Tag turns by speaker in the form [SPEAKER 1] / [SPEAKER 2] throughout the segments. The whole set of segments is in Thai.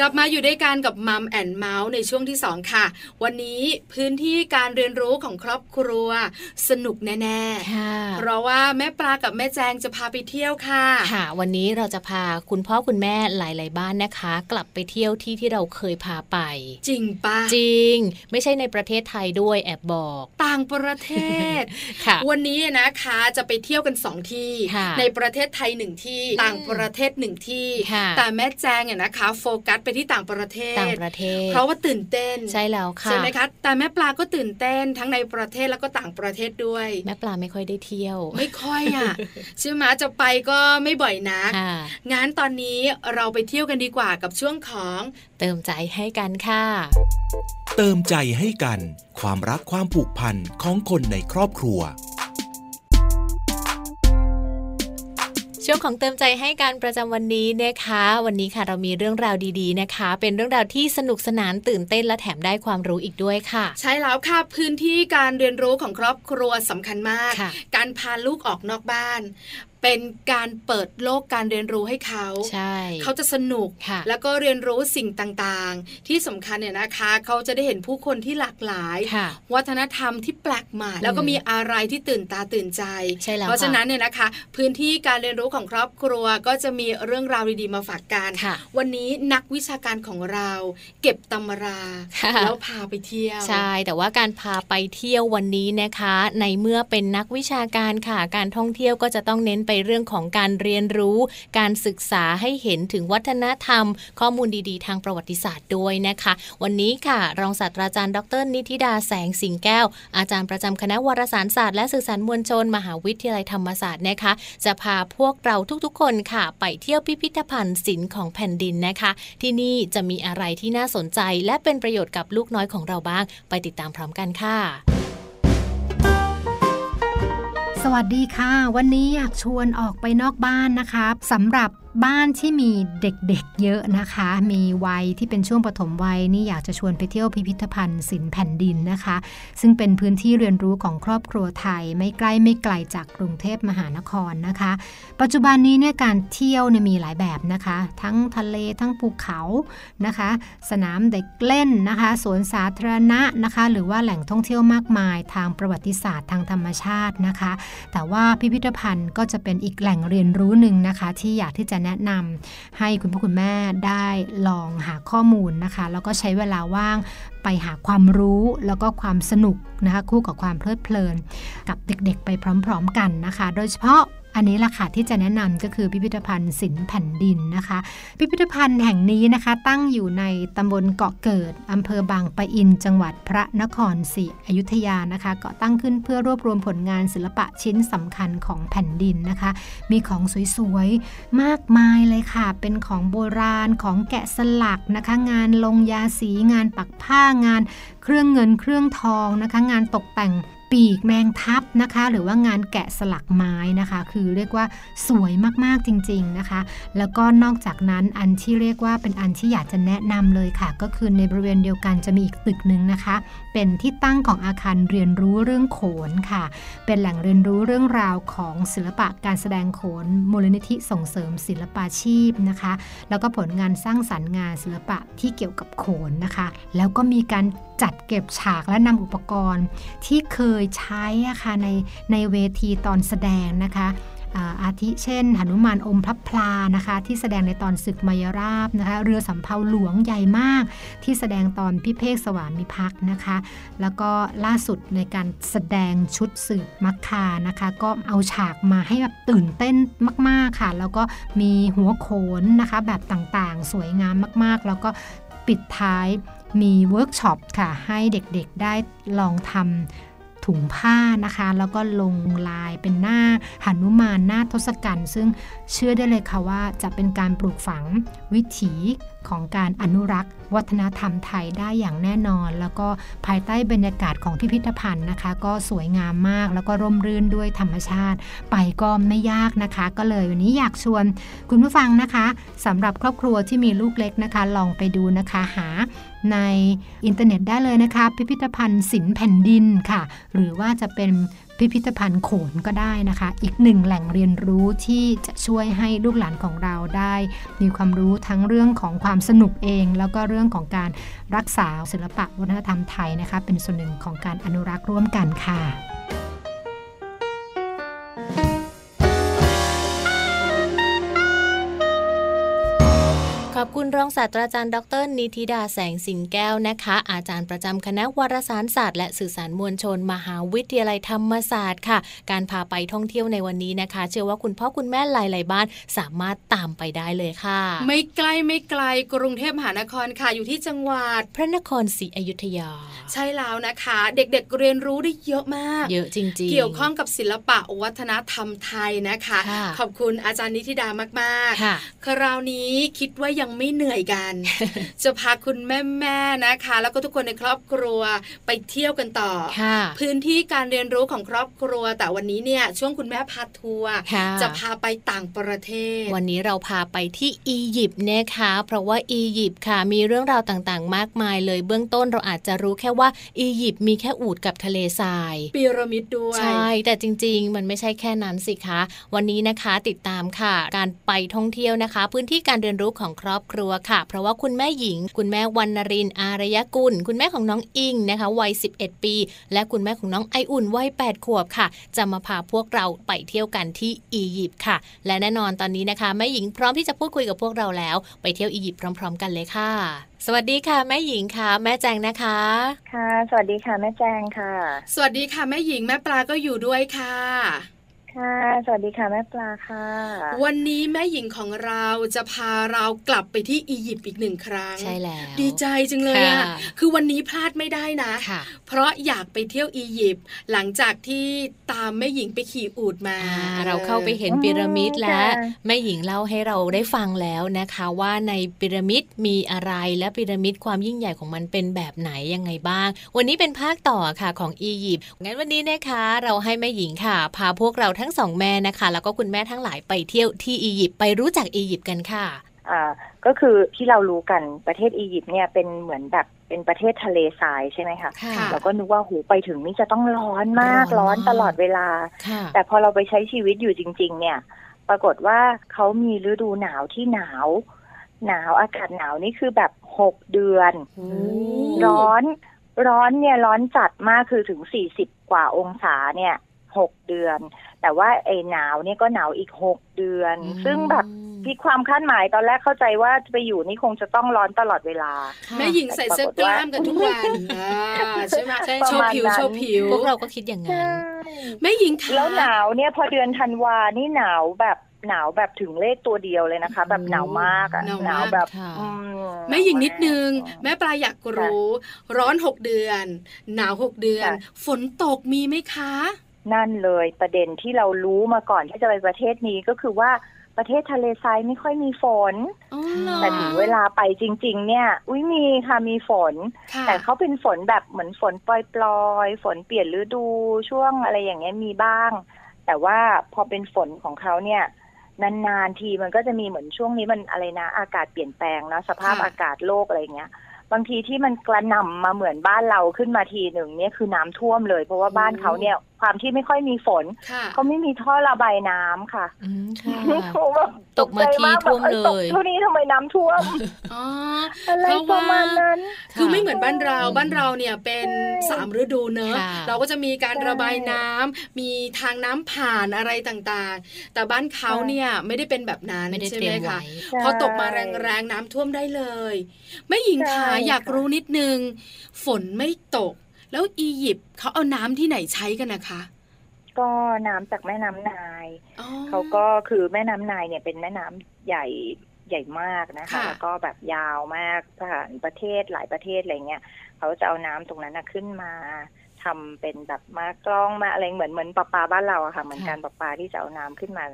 [SPEAKER 1] กลับมาอยู่ด้วยกันกับมัมแอนเมาส์ในช่วงที่ 2 ค่ะ วันนี้พื้นที่การเรียนรู้ของครอบครัว สนุกแน่
[SPEAKER 2] ค่ะ
[SPEAKER 1] ๆ เพราะว่าแม่ปลากับแม่แจงจะพาไปเที่ยวค่ะ
[SPEAKER 2] ค่ะ วันนี้เราจะพาคุณพ่อคุณแม่หลาย ๆ บ้านนะคะ กลับไปเที่ยวที่ที่เราเคยพาไป
[SPEAKER 1] จริงปะ
[SPEAKER 2] จริง ไม่ใช่ในประเทศไทยด้วยแอบบอก
[SPEAKER 1] ต่างประเทศ
[SPEAKER 2] ค่ะ
[SPEAKER 1] วันนี้นะคะจะไปเที่ยวกันสองที่
[SPEAKER 2] ค่ะ
[SPEAKER 1] ในประเทศไทยหนึ่งที่ ต่างประเทศหนึ่งที่
[SPEAKER 2] ค่ะ
[SPEAKER 1] แต่แม่แจงเนี่ยนะคะ โฟกัสไปที่ต่างประเทศ
[SPEAKER 2] ต่างประเทศ
[SPEAKER 1] เพราะว่าตื่นเต้น
[SPEAKER 2] ใช่แล้วค่ะ
[SPEAKER 1] ใช่ไหมคะ แต่แม่ปลาก็ตื่นเต้นทั้งในประเทศแล้วก็ต่างประเทศด้วย
[SPEAKER 2] แม่ปลาไม่ค่อยได้เที่ยว
[SPEAKER 1] ไม่ค่อยอ่ะ ใช่ไหมจะไปก็ไม่บ่อยนัก
[SPEAKER 2] ค่ะ
[SPEAKER 1] งั้นตอนนี้เราไปเที่ยวกันดีกว่ากับช่วงของ
[SPEAKER 2] เติมใจให้กันค่ะ
[SPEAKER 3] เติมใจให้กัน ความรักความผูกพันของคนในครอบครัว
[SPEAKER 2] ช่วงของเติมใจให้การประจำวันนี้นะคะ วันนี้ค่ะเรามีเรื่องราวดี ๆ นะคะ เป็นเรื่องราวที่สนุกสนานตื่นเต้นและแถมได้ความรู้อีกด้วยค่ะ
[SPEAKER 1] ใช้แล้วค่ะพื้นที่การเรียนรู้ของครอบครัวสำคัญมาก
[SPEAKER 2] ค่ะ
[SPEAKER 1] การพาลูกออกนอกบ้าน เป็นการเปิดโลกการเรียนรู้ให้เขา
[SPEAKER 2] ใช่
[SPEAKER 1] เขาจะสนุก
[SPEAKER 2] ค่ะ
[SPEAKER 1] แล้วก็เรียนรู้สิ่งต่างๆ ที่สำคัญเนี่ยนะคะ เขาจะได้เห็นผู้คนที่หลากหลาย
[SPEAKER 2] ค่ะ
[SPEAKER 1] วัฒนธรรมที่แปลกใหม่ แล้วก็มีอะไรที่ตื่นตาตื่นใจ
[SPEAKER 2] ใช่แล้วค่ะ
[SPEAKER 1] เพราะฉะนั้นเนี่ยนะคะ พื้นที่การเรียนรู้ของครอบครัวก็จะมีเรื่องราวดีๆมาฝากกัน
[SPEAKER 2] ค่ะ
[SPEAKER 1] วันนี้นักวิชาการของเราเก็บตำรา
[SPEAKER 2] ค่ะ
[SPEAKER 1] แล้วพาไปเที่ยว
[SPEAKER 2] ใช่ แต่ว่าการพาไปเที่ยววันนี้นะคะ ในเมื่อเป็นนักวิชาการค่ะ การท่องเที่ยวก็จะต้องเน้นไปเรื่องของการเรียนรู้ การศึกษาให้เห็นถึงวัฒนธรรม ข้อมูลดีๆ ทางประวัติศาสตร์ด้วยนะคะ วันนี้ค่ะ รองศาสตราจารย์ดร นิติดาแสงสิงแก้ว อาจารย์ประจำคณะวารสารศาสตร์และสื่อสารมวลชน มหาวิทยาลัยธรรมศาสตร์นะคะ จะพาพวกเราทุกๆ คนค่ะ ไปเที่ยวพิพิธภัณฑ์ศิลป์ของแผ่นดินนะคะ ที่นี่จะมีอะไรที่น่าสนใจ และเป็นประโยชน์กับลูกน้อยของเราบ้าง ไปติดตามพร้อมกันค่ะ
[SPEAKER 4] สวัสดีค่ะ วันนี้อยากชวนออกไปนอกบ้านนะคะสำหรับบ้านที่มีเด็กๆเยอะนะคะ มีวัยที่เป็นช่วงปฐมวัยนี่อยากจะชวนไปเที่ยวพิพิธภัณฑ์ศิลป์แผ่นดินนะคะ ซึ่งเป็นพื้นที่เรียนรู้ของครอบครัวไทย ไม่ใกล้ไม่ไกลจากกรุงเทพมหานครนะคะ ปัจจุบันนี้เนี่ยการเที่ยวเนี่ยมีหลายแบบนะคะ ทั้งทะเลทั้งภูเขานะคะ สนามเด็กเล่นนะคะสวนสาธารณะนะคะ หรือว่าแหล่งท่องเที่ยวมากมาย ทางประวัติศาสตร์ทางธรรมชาตินะคะ แต่ว่าพิพิธภัณฑ์ก็จะเป็นอีกแหล่งเรียนรู้หนึ่งนะคะ ที่อยากที่จะแนะนำให้คุณพ่อคุณแม่ได้ลองหาข้อมูลนะคะ แล้วก็ใช้เวลาว่างไปหาความรู้แล้วก็ความสนุกนะคะ คู่กับความเพลิดเพลิน กับเด็กๆ ไปพร้อมๆกันนะคะ โดยเฉพาะอันนี้ล่ะค่ะที่จะแนะนำก็คือพิพิธภัณฑ์ศิลป์แผ่นดินนะคะ พิพิธภัณฑ์แห่งนี้นะคะ ตั้งอยู่ในตำบลเกาะเกิดอำเภอบางปะอิน จังหวัดพระนครศรีอยุธยานะคะ ก็ตั้งขึ้นเพื่อรวบรวมผลงานศิลปะชิ้นสำคัญของแผ่นดินนะคะ มีของสวยๆ มากมายเลยค่ะ เป็นของโบราณของแกะสลักนะคะ งานลงยาสีงานปักผ้างาน เครื่องเงินเครื่องทองนะคะ งานตกแต่งปีกแมงทับนะคะ หรือว่างานแกะสลักไม้นะคะ คือเรียกว่าสวยมากๆจริง ๆนะคะ แล้วก็นอกจากนั้นอันที่เรียกว่าเป็นอันที่อยากจะแนะนำเลยค่ะ ก็คือในบริเวณเดียวกันจะมีอีกตึกหนึ่งนะคะ เป็นที่ตั้งของอาคารเรียนรู้เรื่องโขนค่ะ เป็นแหล่งเรียนรู้เรื่องราวของศิลปะการแสดงโขนมูลนิธิส่งเสริมศิลปาชีพนะคะ แล้วก็ผลงานสร้างสรรค์งานศิลปะที่เกี่ยวกับโขนนะคะ แล้วก็มีการจัดเก็บฉากและนำอุปกรณ์ ที่เคยใช้อะค่ะในในเวทีตอนแสดงนะคะอ่าอาทิเช่นหนุมานอมพระพลานะคะ ที่แสดงในตอนศึกมายราบนะคะ เรือสำเภาหลวงใหญ่มาก ที่แสดงตอนพิเภกสวามิภักดิ์นะคะ แล้วก็ล่าสุดในการแสดงชุดสืบมักคานะคะ ก็เอาฉากมาให้แบบตื่นเต้นมาก ๆค่ะ แล้วก็มีหัวโขนนะคะ แบบต่างๆ สวยงามมากๆ แล้วก็ปิดท้ายมีเวิร์กช็อปค่ะ ให้เด็กๆได้ลองทำถุงผ้านะคะ แล้วก็ลงลายเป็นหน้าหนุมานหน้าทศกัณฐ์ซึ่งเชื่อได้เลยค่ะว่าจะเป็นการปลูกฝังวิถีของการอนุรักษ์ วัฒนธรรมไทยได้อย่างแน่นอน แล้วก็ภายใต้บรรยากาศของพิพิธภัณฑ์นะคะ ก็สวยงามมากแล้วก็ร่มรื่นด้วยธรรมชาติ ไปก็ไม่ยากนะคะ ก็เลยวันนี้อยากชวน คุณผู้ฟังนะคะสำหรับครอบครัวที่มีลูกเล็กนะคะ ลองไปดูนะคะหาในอินเทอร์เน็ตได้เลยนะคะ พิพิธภัณฑ์ศิลป์แผ่นดินค่ะ หรือว่าจะเป็น พิพิธภัณฑ์โขนก็ได้นะคะ อีกหนึ่งแหล่งเรียนรู้ที่จะช่วยให้ลูกหลานของเราได้ มีความรู้ทั้งเรื่องของความสนุกเอง แล้วก็เรื่องของการรักษาศิลปะวัฒนธรรมไทยนะคะ เป็นส่วนหนึ่งของการอนุรักษ์ร่วมกันค่ะ
[SPEAKER 2] ขอบคุณรองศาสตราจารย์ดรนิติดาแสงสิงแก้วนะคะ อาจารย์ประจำคณะวารสารศาสตร์และสื่อสารมวลชน มหาวิทยาลัยธรรมศาสตร์ค่ะ การพาไปท่องเที่ยวในวันนี้นะคะ เชื่อว่าคุณพ่อคุณแม่หลาย ๆ บ้านสามารถตามไปได้เลยค่ะ
[SPEAKER 1] ไม่ใกล้ไม่ไกลกรุงเทพมหานครค่ะอยู่ที่จังหวัด
[SPEAKER 2] พระนครศรีอยุธยา
[SPEAKER 1] ใช่แล้วนะคะ เด็กๆเรียนรู้ได้เยอะมาก
[SPEAKER 2] เยอะจริง ๆ
[SPEAKER 1] เกี่ยวข้องกับศิลปะวัฒนธรรมไทยนะคะ
[SPEAKER 2] ค่ะ
[SPEAKER 1] ขอบคุณอาจารย์นิติดามากๆ
[SPEAKER 2] ค่ะ
[SPEAKER 1] คราวนี้คิดว่ายังไม่เหนื่อยกัน จะพาคุณแม่ๆนะคะ แล้วก็ทุกคนในครอบครัวไปเที่ยวกันต่อ
[SPEAKER 2] ค่ะ
[SPEAKER 1] พื้นที่การเรียนรู้ของครอบครัว แต่วันนี้เนี่ยช่วงคุณแม่พาทัวร์
[SPEAKER 2] ค่ะ
[SPEAKER 1] จะพาไปต่างประเทศ
[SPEAKER 2] วันนี้เราพาไปที่อียิปต์นะคะ เพราะว่าอียิปต์ค่ะ มีเรื่องราวต่างๆ มากมายเลย เบื้องต้นเราอาจจะรู้แค่ว่าอียิปต์มีแค่อูฐกับทะเลทราย
[SPEAKER 1] ปีระมิดด้วย
[SPEAKER 2] ใช่ แต่จริงๆ มันไม่ใช่แค่นั้นสิคะ วันนี้นะคะติดตามค่ะ การไปท่องเที่ยวนะคะ พื้นที่การเรียนรู้ของครอบครัวค่ะ เพราะว่าคุณแม่หญิง คุณแม่วรรณรินทร์อารยกุล คุณแม่ของน้องอิงนะคะวัย 11 ปี และคุณแม่ของน้องไออุ่นวัย 8 ขวบค่ะ จะมาพาพวกเราไปเที่ยวกันที่อียิปต์ค่ะ และแน่นอนตอนนี้นะคะแม่หญิงพร้อมที่จะพูดคุยกับพวกเราแล้ว ไปเที่ยวอียิปต์พร้อม ๆ กันเลยค่ะ สวัสดีค่ะ แม่หญิงค่ะ แม่แจงนะคะ
[SPEAKER 5] ค่ะ สวัสดีค่ะ แม่แจงค่ะ
[SPEAKER 1] สวัสดีค่ะแม่หญิงแม่ปลาก็อยู่ด้วยค่ะ
[SPEAKER 5] ค่ะ สวัสดีค่ะ แม่ปลาค่ะ
[SPEAKER 1] วันนี้แม่หญิงของเราจะพาเรากลับไปที่อียิปต์อีกหนึ่งครั้ง
[SPEAKER 2] ใช่แล้ว
[SPEAKER 1] ดีใจจังเลยอะ
[SPEAKER 2] ค่ะ
[SPEAKER 1] คือวันนี้พลาดไม่ได้นะ
[SPEAKER 2] ค่ะ
[SPEAKER 1] เพราะอยากไปเที่ยวอียิปต์หลังจากที่ตามแม่หญิงไปขี่อูฐมา
[SPEAKER 2] อ่าเราเข้าไปเห็น
[SPEAKER 5] อ๋อ
[SPEAKER 2] พีระมิดและ
[SPEAKER 5] ค่ะ
[SPEAKER 2] แม่หญิงเล่าให้เราได้ฟังแล้วนะคะ ว่าในพีระมิดมีอะไรและพีระมิดความยิ่งใหญ่ของมันเป็นแบบไหนยังไงบ้าง วันนี้เป็นภาคต่อค่ะของอียิปต์งั้นวันนี้นะคะ เราให้แม่หญิงค่ะ พาพวกเราทั้งสองแม่นะคะ แล้วก็คุณแม่ทั้งหลายไปเที่ยวที่อียิปต์ไปรู้จักอียิปต์กันค่ะ
[SPEAKER 5] อ่า ก็คือที่เรารู้กันประเทศอียิปต์เนี่ยเป็นเหมือนแบบเป็นประเทศทะเลทรายใช่ไหมคะ
[SPEAKER 2] ค่ะ
[SPEAKER 5] เราก็นึกว่าหูไปถึงนี่จะต้องร้อนมาก
[SPEAKER 2] ร้
[SPEAKER 5] ร้
[SPEAKER 2] อ
[SPEAKER 5] อน น
[SPEAKER 2] มาก
[SPEAKER 5] ตลอดเวลา
[SPEAKER 2] ค่ะ
[SPEAKER 5] แต่พอเราไปใช้ชีวิตอยู่จริง ๆ เนี่ย ปรากฏว่าเขามีฤดูหนาวที่หนาว หนาวอากาศหนาวนี่คือแบบหกเดือน
[SPEAKER 1] โอ้
[SPEAKER 5] ร้อน ร้อนเนี่ยร้อนจัดมากคือถึง 40 กว่าองศาเนี่ยหกเดือน แต่ว่าไอ้หนาวเนี่ยก็หนาวอีกหกเดือน
[SPEAKER 2] อืม
[SPEAKER 5] ซึ่งแบบพลิกความคาดหมายตอนแรกเข้าใจว่าจะไปอยู่นี่คงจะต้องร้อนตลอดเวลา
[SPEAKER 1] แม่หญิงใส่เสื้อกล้ามกันทุกวันอ่าใช่ไหม
[SPEAKER 2] ใช่
[SPEAKER 1] โชว์ผิว
[SPEAKER 5] ประมาณนั้น
[SPEAKER 1] โชว์ผิว
[SPEAKER 2] พวกเราก็คิดอย่างนั้น
[SPEAKER 1] แม่หญิงคะ
[SPEAKER 5] แล้วหนาวเนี่ยพอเดือนธันวานี่หนาวแบบหนาวแบบถึงเลขตัวเดียวเลยนะคะ แบบหนาวมากอะหนาวแบบ
[SPEAKER 2] ค่ะ
[SPEAKER 5] อืม
[SPEAKER 1] แม่หญิงนิดนึง แม่ปลาอยาก
[SPEAKER 5] ะ
[SPEAKER 1] รู้ ร้อนหกเดือน หนาวหกเดือน ฝนตกมีไหมคะ
[SPEAKER 5] นั่นเลยประเด็นที่เรารู้มาก่อนที่จะไปประเทศนี้ก็คือว่าประเทศทะเลทรายไม่ค่อยมีฝน
[SPEAKER 1] อ๋อเหรอ
[SPEAKER 5] แต่ถึงเวลาไปจริง ๆ เนี่ย อุ้ยมีค่ะมีฝน
[SPEAKER 1] ค่ะ
[SPEAKER 5] แต่เขาเป็นฝนแบบเหมือนฝนปลอยๆ ฝนเปลี่ยนฤดูช่วงอะไรอย่างเงี้ยมีบ้าง แต่ว่าพอเป็นฝนของเขาเนี่ย นานๆทีมันก็จะมีเหมือนช่วงนี้มันอะไรนะ อากาศเปลี่ยนแปลงเนอะสภาพอากาศโลกอะไรอย่างเงี้ย บางทีที่มันกระหน่ำมาเหมือนบ้านเราขึ้นมาทีหนึ่งเนี่ยคือน้ำท่วมเลย เพราะว่าบ้านเขาเนี่ยความที่ไม่ค่อยมีฝน
[SPEAKER 1] ค่ะ
[SPEAKER 5] เขาไม่มีท่อระบายน้ำค่ะ
[SPEAKER 2] อืมค่ะ
[SPEAKER 5] โอ้แบบ
[SPEAKER 2] ตกมาทีท่วมเลย
[SPEAKER 5] ตกเท่านี้ทำไมน้ำท่วม
[SPEAKER 1] อ๋อ
[SPEAKER 5] อะไรประมาณนั้น
[SPEAKER 1] คือ
[SPEAKER 2] ค่ะ
[SPEAKER 1] ไม่เหมือนบ้านเรา
[SPEAKER 2] อืม
[SPEAKER 1] บ้านเราเนี่ยเป็น
[SPEAKER 5] ใช่
[SPEAKER 1] สามฤดูเนอะ
[SPEAKER 2] ค่ะ
[SPEAKER 1] เราก็จะมีการ
[SPEAKER 5] ใช่
[SPEAKER 1] ระบายน้ำมีทางน้ำผ่านอะไรต่างๆ แต่บ้านเขา
[SPEAKER 5] ใช่
[SPEAKER 1] เนี่ยไม่ได้เป็นแบบนั้น
[SPEAKER 2] ไม่ได้
[SPEAKER 1] ใช่
[SPEAKER 2] เตรี
[SPEAKER 1] ไหม
[SPEAKER 2] ยมไว้
[SPEAKER 1] คะพอตกมาแรงๆน้ำท่วมได้เลยแม่หญิง
[SPEAKER 5] ใช่
[SPEAKER 1] ขา
[SPEAKER 5] ค่ะ
[SPEAKER 1] อยากรู้นิดนึง ฝนไม่ตก แล้วอียิปต์เขาเอาน้ำที่ไหนใช้กันนะคะ
[SPEAKER 5] ๆก็น้ำจากแม่น้ำนาย
[SPEAKER 1] อ๋อ
[SPEAKER 5] เขาก็คือแม่น้ำนายเนี่ยเป็นแม่น้ำใหญ่ใหญ่มากนะคะ
[SPEAKER 1] ค่ะ
[SPEAKER 5] แล้วก็แบบยาวมากผ่านประเทศหลายประเทศอะไรเงี้ยเขาจะเอาน้ำตรงนั้นนะขึ้นมาทำเป็นแบบมากล้องมาอะไรเหมือนเหมือนประปาบ้านเราอะค่ะ เหมือนการประปาที่จะเอาน้ำขึ้นมา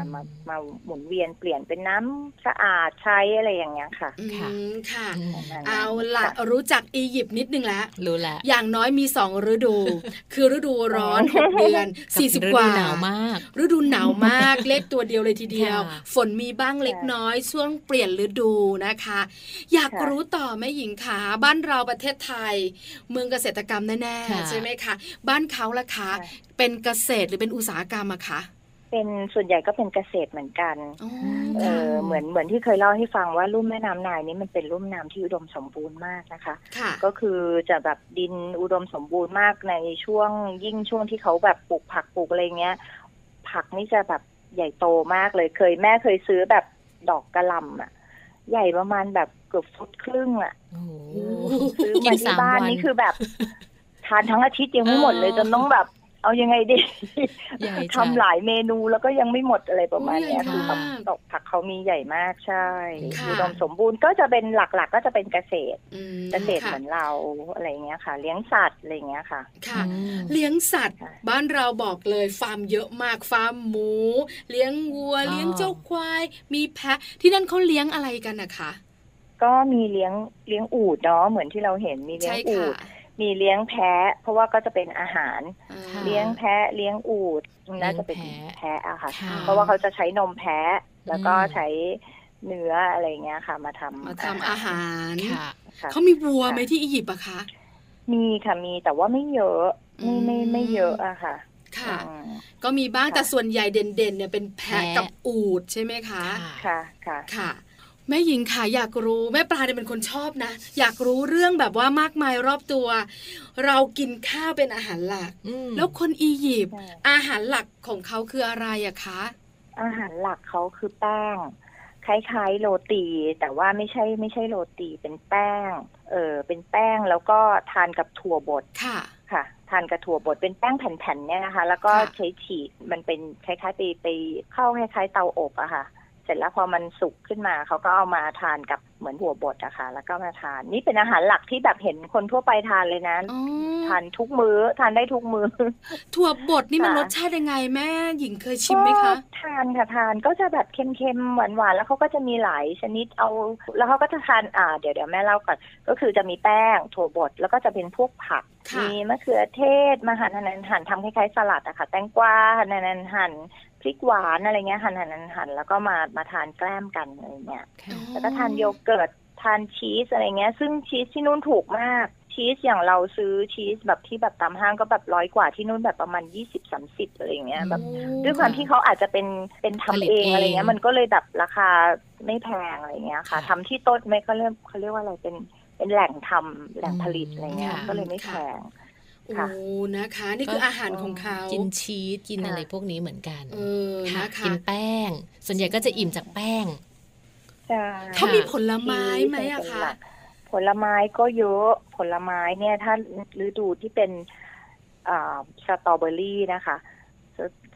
[SPEAKER 2] อืม
[SPEAKER 5] มามาหมุนเวียนเปลี่ยนเป็นน้ำสะอาดใช้อะไรอย่างเงี้ยค่ะ
[SPEAKER 1] อืมค่ะ
[SPEAKER 2] อืม
[SPEAKER 5] ประมณนั้น
[SPEAKER 1] เอาละ
[SPEAKER 5] จ้
[SPEAKER 1] รู้จักอียิปต์นิดนึงแล้ว
[SPEAKER 2] รู้ละ
[SPEAKER 1] อย่างน้อยมีสองฤดู คือฤดูร้อนหกเดือนสี่สิบ
[SPEAKER 2] ฤ
[SPEAKER 1] ก
[SPEAKER 2] ดู
[SPEAKER 1] ว่า
[SPEAKER 2] หนาวมาก
[SPEAKER 1] ฤดูหนาวมากเลขตัวเดียวเลยทีเดียว
[SPEAKER 2] ค่ะ
[SPEAKER 1] ฝนมีบ้างเล็กน้อยช่วงเปลี่ยนฤดูนะคะ อยาก
[SPEAKER 5] ค่ะ
[SPEAKER 1] รู้ต่อแม่หญิงขาบ้านเราประเทศไทย เมืองเกษตรกรรมแน่ๆใช่ไหมคะบ้านเขาล่ะคะ เป็นเกษตรหรือเป็นอุตสาหกรรมอะคะ
[SPEAKER 5] เป็นส่วนใหญ่ก็เป็นเกษตรเหมือนกัน
[SPEAKER 1] อ๋อ
[SPEAKER 5] เอ
[SPEAKER 1] ค่ะ
[SPEAKER 5] อเหมือนเหมือนที่เคยเล่าให้ฟังว่าลุ่มแม่น้ำนายนี้มันเป็นลุ่มน้ำที่อุดมสมบูรณ์มากนะคะ
[SPEAKER 1] ค่ะ
[SPEAKER 5] ก็คือจะแบบดินอุดมสมบูรณ์มากในช่วงยิ่งช่วงที่เขาแบบปลูกผักปลูกอะไรเงี้ย ผักนี่จะแบบใหญ่โตมากเลยเคยแม่เคยซื้อแบบดอกกระหลำอ่ะ ใหญ่ประมาณแบบเกือบฟุตครึ่งอ่ะ
[SPEAKER 2] โอ้โห
[SPEAKER 5] ซื้อมา
[SPEAKER 2] กินสา
[SPEAKER 5] ที่
[SPEAKER 2] ม
[SPEAKER 5] บ้าน
[SPEAKER 2] วัน
[SPEAKER 5] นี่คือแบบ ทานทั้งอาทิตย์ยังไม่หมดเลย
[SPEAKER 2] เออ
[SPEAKER 5] จนต้องแบบ เอายังไงดี
[SPEAKER 2] ใหญ่จัด
[SPEAKER 5] ทำหลายเมนูแล้วก็ยังไม่หมดอะไรประมาณเนี้ย
[SPEAKER 2] โอ้ย
[SPEAKER 5] คือ
[SPEAKER 2] ใหญ่
[SPEAKER 5] แบบ
[SPEAKER 2] มาก
[SPEAKER 5] ดอกผักเขามีใหญ่มากใช่
[SPEAKER 1] ค่ะ
[SPEAKER 5] อุดมสมบูรณ์ก็จะเป็นหลักๆ ก็จะเป็นเกษตร
[SPEAKER 1] อืม
[SPEAKER 5] เกษตร
[SPEAKER 1] ค่ะ
[SPEAKER 5] เหมือนเราอะไรอย่างเงี้ยค่ะ เลี้ยงสัตว์อะไรอย่างเงี้ยค่ะ
[SPEAKER 1] ค่ะ
[SPEAKER 2] อืม
[SPEAKER 1] เลี้ยงสัตว์
[SPEAKER 5] ค่ะ
[SPEAKER 1] บ้านเราบอกเลยฟาร์มเยอะมากฟาร์มหมู เลี้ยงวัว
[SPEAKER 2] อ๋อ
[SPEAKER 1] เลี้ยงเจ้าควาย มีแพะ ที่นั่นเขาเลี้ยงอะไรกันนะคะ
[SPEAKER 5] ก็มีเลี้ยงเลี้ยงอูดเนาะเหมือนที่เราเห็นมีเลี้ย
[SPEAKER 1] ใช่
[SPEAKER 5] งอู
[SPEAKER 1] ค่ะ
[SPEAKER 5] ด มีเลี้ยงแพะ เพราะว่าก็จะเป็นอาหาร
[SPEAKER 1] อ่า
[SPEAKER 2] ค่ะ
[SPEAKER 5] เลี้ยงแพะเลี้ยงอูดน่าจะเป็น
[SPEAKER 2] เลี้ยงแพะ
[SPEAKER 5] แพะอะค่ะ
[SPEAKER 2] ค่ะ
[SPEAKER 5] เพราะว่าเขาจะใช้นมแพะแล้วก็
[SPEAKER 2] อืม
[SPEAKER 5] ใช้เนื้ออะไรอย่างเงี้ยค่ะ มาทำ
[SPEAKER 1] มาทำอาหาร
[SPEAKER 2] ค่ะ
[SPEAKER 5] ค่ะ
[SPEAKER 1] เขามีวัวไหม
[SPEAKER 5] ค่ะ
[SPEAKER 1] ที่อียิปต์อะคะ
[SPEAKER 5] มีค่ะมีแต่ว่าไม่เยอะไม่ไม่ไม่เยอะอะค่ะ
[SPEAKER 1] ค่ะ
[SPEAKER 5] อืม
[SPEAKER 1] ก็มีบ้าง
[SPEAKER 5] ค่ะ
[SPEAKER 1] แต่ส่วนใหญ่เด่นๆเนี่ยเป็นแพะ
[SPEAKER 2] แพะ
[SPEAKER 1] กับอูดใช่ไหมคะ
[SPEAKER 5] ค่ะค่ะ
[SPEAKER 1] ค่ะ แม่หญิงค่ะอยากรู้แม่ปลาเนี่ยเป็นคนชอบนะ อยากรู้เรื่องแบบว่ามากมายรอบตัว เรากินข้าวเป็นอาหารหลัก
[SPEAKER 2] อืม
[SPEAKER 1] แล้วคนอียิปต์
[SPEAKER 5] ใช่
[SPEAKER 1] อาหารหลักของเขาคืออะไรอะคะ
[SPEAKER 5] อาหารหลักเขาคือแป้ง คล้ายๆโรตี แต่ว่าไม่ใช่ไม่ใช่โรตีเป็นแป้ง เออเป็นแป้งแล้วก็ทานกับถั่วบด
[SPEAKER 1] ค่ะ
[SPEAKER 5] ค่ะ ทานกับถั่วบดเป็นแป้งแผ่นๆเนี่ยนะคะ แล้วก็
[SPEAKER 1] ค่ะ
[SPEAKER 5] ใช้ฉีดมันเป็นคล้ายๆไปไปเข้าคล้ายๆเตาอบอะค่ะ เสร็จแล้วพอมันสุกขึ้นมาเขาก็เอามาทานกับเหมือนหัวบดอะค่ะ แล้วก็มาทานนี่เป็นอาหารหลักที่แบบเห็นคนทั่วไปทานเลยนะ
[SPEAKER 1] อ๋อ
[SPEAKER 5] ทานทุกมือ้อทานได้ทุกมื้อ
[SPEAKER 1] ถั่วบดนี่มันร
[SPEAKER 5] ค่ะ
[SPEAKER 1] สชาติยังไงแม่หญิงเคยชิมไหมคะ
[SPEAKER 5] ก็ทานค่ะทานก็จะแบบเค็มๆหวานๆแล้วเขาก็จะมีหลายชนิดเอา แล้วเขาก็จะทานอ่าเดี๋ยวเดี๋ยวแม่เล่าก่อนก็คือจะมีแป้งถั่วบดแล้วก็จะเป็นพวกผัก
[SPEAKER 1] ค่ะ
[SPEAKER 5] มีมะเขือเทศมาหั่นหั่นหั่นหั่นทำคล้ายๆสลัดอะค่ะแตงกวาหั่นหั่นหั่นหั่นพริกหวานอะไรเงี้ยหั่นหั่นหั่นหั่นแล้วก็มามาทานแกล้มกันอะไรเงี้ย
[SPEAKER 2] ค่ะ
[SPEAKER 5] แล้วก็ทานโยเกิร์ตทานชีสอะไรเงี้ย ซึ่งชีสที่นู่นถูกมากชีสอย่างเราซื้อชีสแบบที่แบบตามห้างก็แบบร้อยกว่าที่นู่นแบบประมาณยี่สิบสามสิบอะไรเงี้ยแบบ ด้วยความที่เขาอาจจะเป็นเป็นทำ
[SPEAKER 2] ผลิต
[SPEAKER 5] เอง
[SPEAKER 2] เอง
[SPEAKER 5] อะไรเงี้ยมันก็เลยแบบราคาไม่แพงอะไรเงี้ยค่ะ
[SPEAKER 2] ค่ะ
[SPEAKER 5] ทำที่ต้นไม่เขาเรียกเขาเรียกว่าอะไรเป็นเป็นแหล่งทำแหล่งผลิตอะไรเงี้ย
[SPEAKER 2] ค่ะ
[SPEAKER 5] ก็เลยไม่แพง
[SPEAKER 1] โอ้
[SPEAKER 5] ค่ะ
[SPEAKER 1] นะคะ นี่คืออาหารของเขา
[SPEAKER 2] กินชีสกินอะไรพวกนี้เหมือนกัน
[SPEAKER 1] เออ
[SPEAKER 2] ค่ะ
[SPEAKER 1] นะคะ
[SPEAKER 2] กินแป้ง ส่วนใหญ่ก็จะอิ่มจากแป้ง
[SPEAKER 5] ใช่
[SPEAKER 1] เขามีผลไม้
[SPEAKER 5] ชีส
[SPEAKER 1] ไหมอะ
[SPEAKER 5] เป็น
[SPEAKER 1] คะ
[SPEAKER 5] หลักผลไม้ก็เยอะผลไม้เนี่ยถ้าฤดูที่เป็นอ่าสตรอเบอรี่นะคะ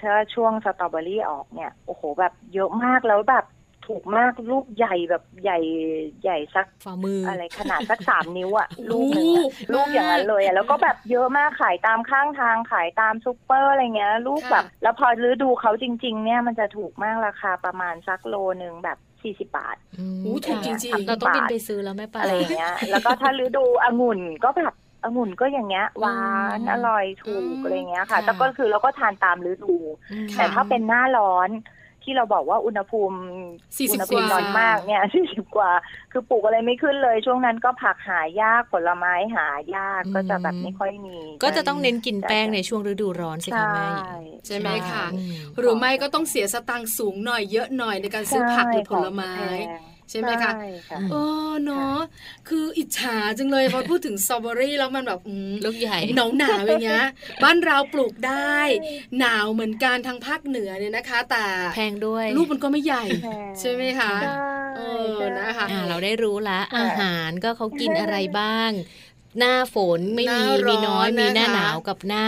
[SPEAKER 5] ถ้าช่วงสตรอเบอรี่ออกเนี่ยโอ้โหแบบเยอะมากแล้วแบบถูกมากลูกใหญ่แบบใหญ่ใหญ่สัก
[SPEAKER 2] ฝ่ามืออ
[SPEAKER 5] อะไรขนาดสักสามนิ้ว อะ
[SPEAKER 1] โอ้
[SPEAKER 5] ลูกหนึ่งอะลูกอย่างนั้นเลยอะแล้วก็แบบเยอะมากขายตามข้างทางขายตามซุปเปอร์อะไรเงี้ย ลูก
[SPEAKER 1] ค่ะ
[SPEAKER 5] แบบแล้วพอฤดูเขาจริง ๆ เนี่ยมันจะถูกมากราคาประมาณสักโลหนึ่งแบบสี่สิบาท
[SPEAKER 2] อืม
[SPEAKER 1] โอ้ถูกจริง
[SPEAKER 2] เราต้องบินไปซื้อแล้วแม่ปลา
[SPEAKER 5] อะไรอย่างเงี้ย แล้วก็ถ้าฤดูองุ่นก็แบบองุ่นก็อย่างเงี้ยหวาน
[SPEAKER 2] อืม
[SPEAKER 5] อร่อยถูกอะไรเงี้ยค่ะ
[SPEAKER 2] ค่ะ
[SPEAKER 5] แต่ก็คือเราก็ทานตามฤดู
[SPEAKER 2] อืม
[SPEAKER 5] แต่ถ้าเป็นหน้าร้อนที่เราบอกว่าอุณหภูมิ
[SPEAKER 1] สี่สิบ
[SPEAKER 5] อุณหภูมิ
[SPEAKER 1] กว่า
[SPEAKER 5] ร้อนมากเนี่ย สี่สิบกว่า คือปลูกอะไรไม่ขึ้นเลย ช่วงนั้นก็ผักหายากผลไม้หายาก
[SPEAKER 2] อืม
[SPEAKER 5] ก็จะแบบไม่ค่อยมี
[SPEAKER 2] ก็จะต้องเน้นกินแป้งในช่วงฤดูร้อนสิ
[SPEAKER 5] ใช่
[SPEAKER 2] คะแม่
[SPEAKER 1] ใช่ไหมคะ
[SPEAKER 2] อืม
[SPEAKER 1] หรือไม่ก็ต้องเสียสตังค์สูงหน่อยเยอะหน่อยในการซื้อผักหรือผลไม้ ใช่ไหมคะ
[SPEAKER 5] ใช่ค่ะ
[SPEAKER 1] เออเนาะคืออิจฉาจังเลยพอพูดถึงสตรอเบอรี่แล้วมันแบบอืม
[SPEAKER 2] ลูกใหญ่
[SPEAKER 1] หนาวหนาวๆอย่างเงี้ยบ้านเราปลูกได้ หนาวเหมือนกันทางภาคเหนือเนี่ยนะคะ แต่
[SPEAKER 2] แพงด้วย
[SPEAKER 1] ลูกมันก็ไม่ใหญ่
[SPEAKER 5] แพง
[SPEAKER 1] ใช่ไหมคะ
[SPEAKER 5] ใช่
[SPEAKER 1] เออ
[SPEAKER 5] ใช่
[SPEAKER 1] นะคะ
[SPEAKER 2] อ่าเราได้รู้ละ
[SPEAKER 5] ค่ะ
[SPEAKER 2] อาหารก็เขากินอะไรบ้าง หน้าฝนไม่มี
[SPEAKER 1] หน้าร้อน
[SPEAKER 2] มีน้อยมีหน้า
[SPEAKER 1] นะคะ
[SPEAKER 2] หนาวกับหน้า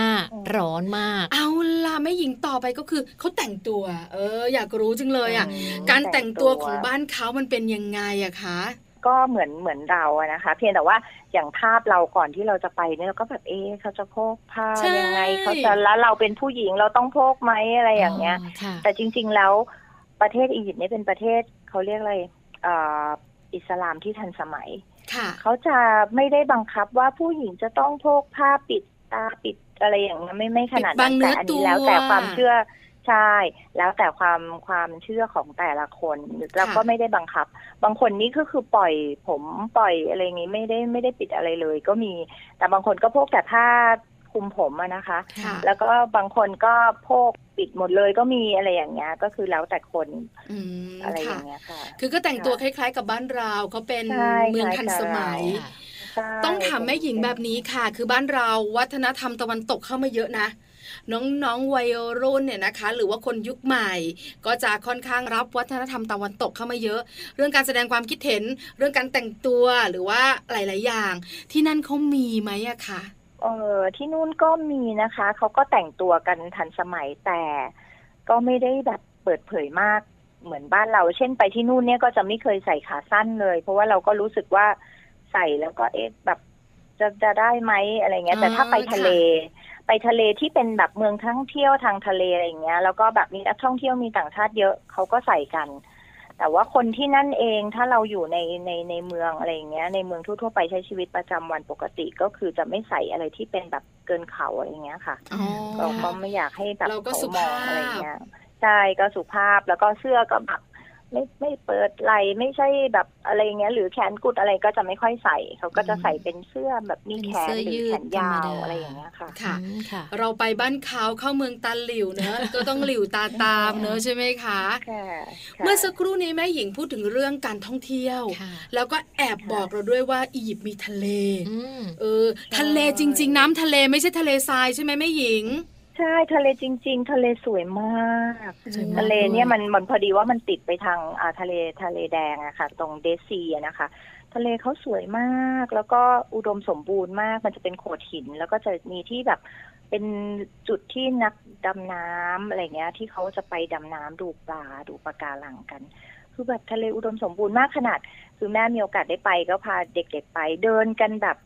[SPEAKER 2] ร้อนมาก
[SPEAKER 1] เอาล่ะแม่หญิงต่อไปก็คือเขาแต่งตัว เออ อยากรู้จังเลยอ่ะ
[SPEAKER 5] อืม
[SPEAKER 1] การแต่งตัวของบ้านเขามันเป็นยังไงอะคะ
[SPEAKER 5] ก็เหมือนเหมือนเราอะนะคะ เพียงแต่ว่าอย่างภาพเราก่อนที่เราจะไปเนี่ยเราก็แบบเอ๊ะเขาจะโพกผ้า
[SPEAKER 1] ใช่
[SPEAKER 5] ยังไงเขาจะแล้วเราเป็นผู้หญิงเราต้องโพกไหมอะไรอย่างเงี้ย
[SPEAKER 2] ค่ะ
[SPEAKER 5] แต่จริง ๆ แล้วประเทศอียิปต์เนี่ยเป็นประเทศเขาเรียกอะไรเอ่ออิสลามที่ทันสมัย
[SPEAKER 1] ค่ะ
[SPEAKER 5] เขาจะไม่ได้บังคับว่าผู้หญิงจะต้องโพกผ้าปิดตาปิดอะไรอย่างนั้นไม่ไม่ขนาด
[SPEAKER 1] ปิดบั
[SPEAKER 5] นั้
[SPEAKER 1] ง
[SPEAKER 5] น
[SPEAKER 1] เนื้อตั
[SPEAKER 5] แต่อันนี้
[SPEAKER 1] ว
[SPEAKER 5] แล้วแต่ความเชื่อใช่ แล้วแต่ความความเชื่อของแต่ละคนแล้วก็ไม่ได้บังคับ บางคนนี่ก็คือปล่อยผมปล่อยอะไรอย่างนี้ไม่ได้ไม่ได้ปิดอะไรเลย ก็มี แต่บางคนก็พกแต่ผ้าคลุมผมอะนะคะ
[SPEAKER 1] ค่ะ
[SPEAKER 5] แล้วก็บางคนก็โพกปิดหมดเลยก็มีอะไรอย่างเงี้ยก็คือแล้วแต่คน
[SPEAKER 1] อืม
[SPEAKER 5] อะไรอ
[SPEAKER 1] ค่ะ
[SPEAKER 5] ย่างเงี้ยค่ะ
[SPEAKER 1] คือก็แต่งตัวค
[SPEAKER 5] ค่ะ
[SPEAKER 1] ล้าย ๆ กับบ้านเราเขาเป็น
[SPEAKER 5] ใช่
[SPEAKER 1] เมือง
[SPEAKER 5] คล้าย
[SPEAKER 1] ทันสมัย
[SPEAKER 5] กับเรา ใช่
[SPEAKER 1] ต้องถามแม่หญิงแบบนี้ค่ะ คือบ้านเราวัฒนธรรมตะวันตกเข้ามาเยอะนะ น้องๆวัยรุ่นเนี่ยนะคะ หรือว่าคนยุคใหม่ ก็จะค่อนข้างรับวัฒนธรรมตะวันตกเข้ามาเยอะ เรื่องการแสดงความคิดเห็น เรื่องการแต่งตัวหรือว่าหลาย ๆ อย่าง ที่นั่นเขามีไหมอะคะ
[SPEAKER 5] เออที่นู่นก็มีนะคะเขาก็แต่งตัวกันทันสมัยแต่ก็ไม่ได้แบบเปิดเผยมากเหมือนบ้านเรา เช่นไปที่นู่นเนี่ยก็จะไม่เคยใส่ขาสั้นเลย เพราะว่าเราก็รู้สึกว่าใส่แล้วก็เอ๊ะแบบจะจะได้ไหมอะไรเงี้ย แต่ถ้าไปทะเล ไปทะเลที่เป็นแบบเมืองท่องเที่ยวทางทะเลอะไรอย่างเงี้ย แล้วก็แบบมีนักท่องเที่ยวมีต่างชาติเยอะเขาก็ใส่กัน แต่ว่าคนที่นั่นเองถ้าเราอยู่ในในในเมืองอะไรอย่างเงี้ยในเมืองทั่วๆไปใช้ชีวิตประจำวันปกติก็คือจะไม่ใส่อะไรที่เป็นแบบเกินเขาอะไรอย่างเงี้ยค่ะ
[SPEAKER 1] อ๋อ
[SPEAKER 5] เราก็ไม่อยากให้แบบ
[SPEAKER 1] เราก็
[SPEAKER 5] ข
[SPEAKER 1] สุ
[SPEAKER 5] ม
[SPEAKER 1] ภา
[SPEAKER 5] อง
[SPEAKER 1] พ
[SPEAKER 5] อะไรเงี้ยใช่ก็สุภาพแล้วก็เสื้อก็แบบไม่ไม่เปิดไหลไม่ใช่แบบอะไรเงี้ย หรือแขนกุดอะไรก็จะไม่ค่อยใส่เขาก็จะใส่เป็นเสื้อแบบมีแขน
[SPEAKER 2] เป็น
[SPEAKER 5] ห
[SPEAKER 2] เสื้
[SPEAKER 5] รือ
[SPEAKER 2] ยืด
[SPEAKER 5] อแขนยา
[SPEAKER 2] ธรรม
[SPEAKER 5] ว
[SPEAKER 2] ดา
[SPEAKER 5] อะไรอย่างเงี้ยค่ะ
[SPEAKER 1] ค่ะ
[SPEAKER 2] อืมค่ะ
[SPEAKER 1] เราไปบ้านเขาเข้าเมืองตาหลิวเนอะ ก็ต้องหลิวตาตามเนอะใช่ไหมคะ
[SPEAKER 5] ค่ะค่ะ
[SPEAKER 1] เมื่อสักครู่นี้แม่หญิงพูดถึงเรื่องการท่องเที่ยว
[SPEAKER 2] ค่ะ
[SPEAKER 1] แล้วก็แอบ
[SPEAKER 5] ค่ะ
[SPEAKER 1] บอกเราด้วยว่าอียิปต์มีทะเล
[SPEAKER 2] อืม
[SPEAKER 1] เออ ทะเลจริง ๆ น้ำทะเลไม่ใช่ทะเลทรายใช่ไหมแม่หญิง
[SPEAKER 5] ใช่ทะเลจริง ๆ ทะเลสวยมาก
[SPEAKER 2] สวยมาก
[SPEAKER 5] ทะเลเนี่ยมันมันพอดีว่ามันติดไปทางอ่าทะเลทะเลแดงอะค่ะ ตรงเดซีอะนะคะ ทะเลเขาสวยมาก แล้วก็อุดมสมบูรณ์มาก มันจะเป็นโขดหิน แล้วก็จะมีที่แบบเป็นจุดที่นักดำน้ำอะไรเงี้ย ที่เขาจะไปดำน้ำดูปลาดูปะการังกัน คือแบบทะเลอุดมสมบูรณ์มากขนาด คือแม่มีโอกาสได้ไปก็พาเด็กๆไป เดินกันแบบ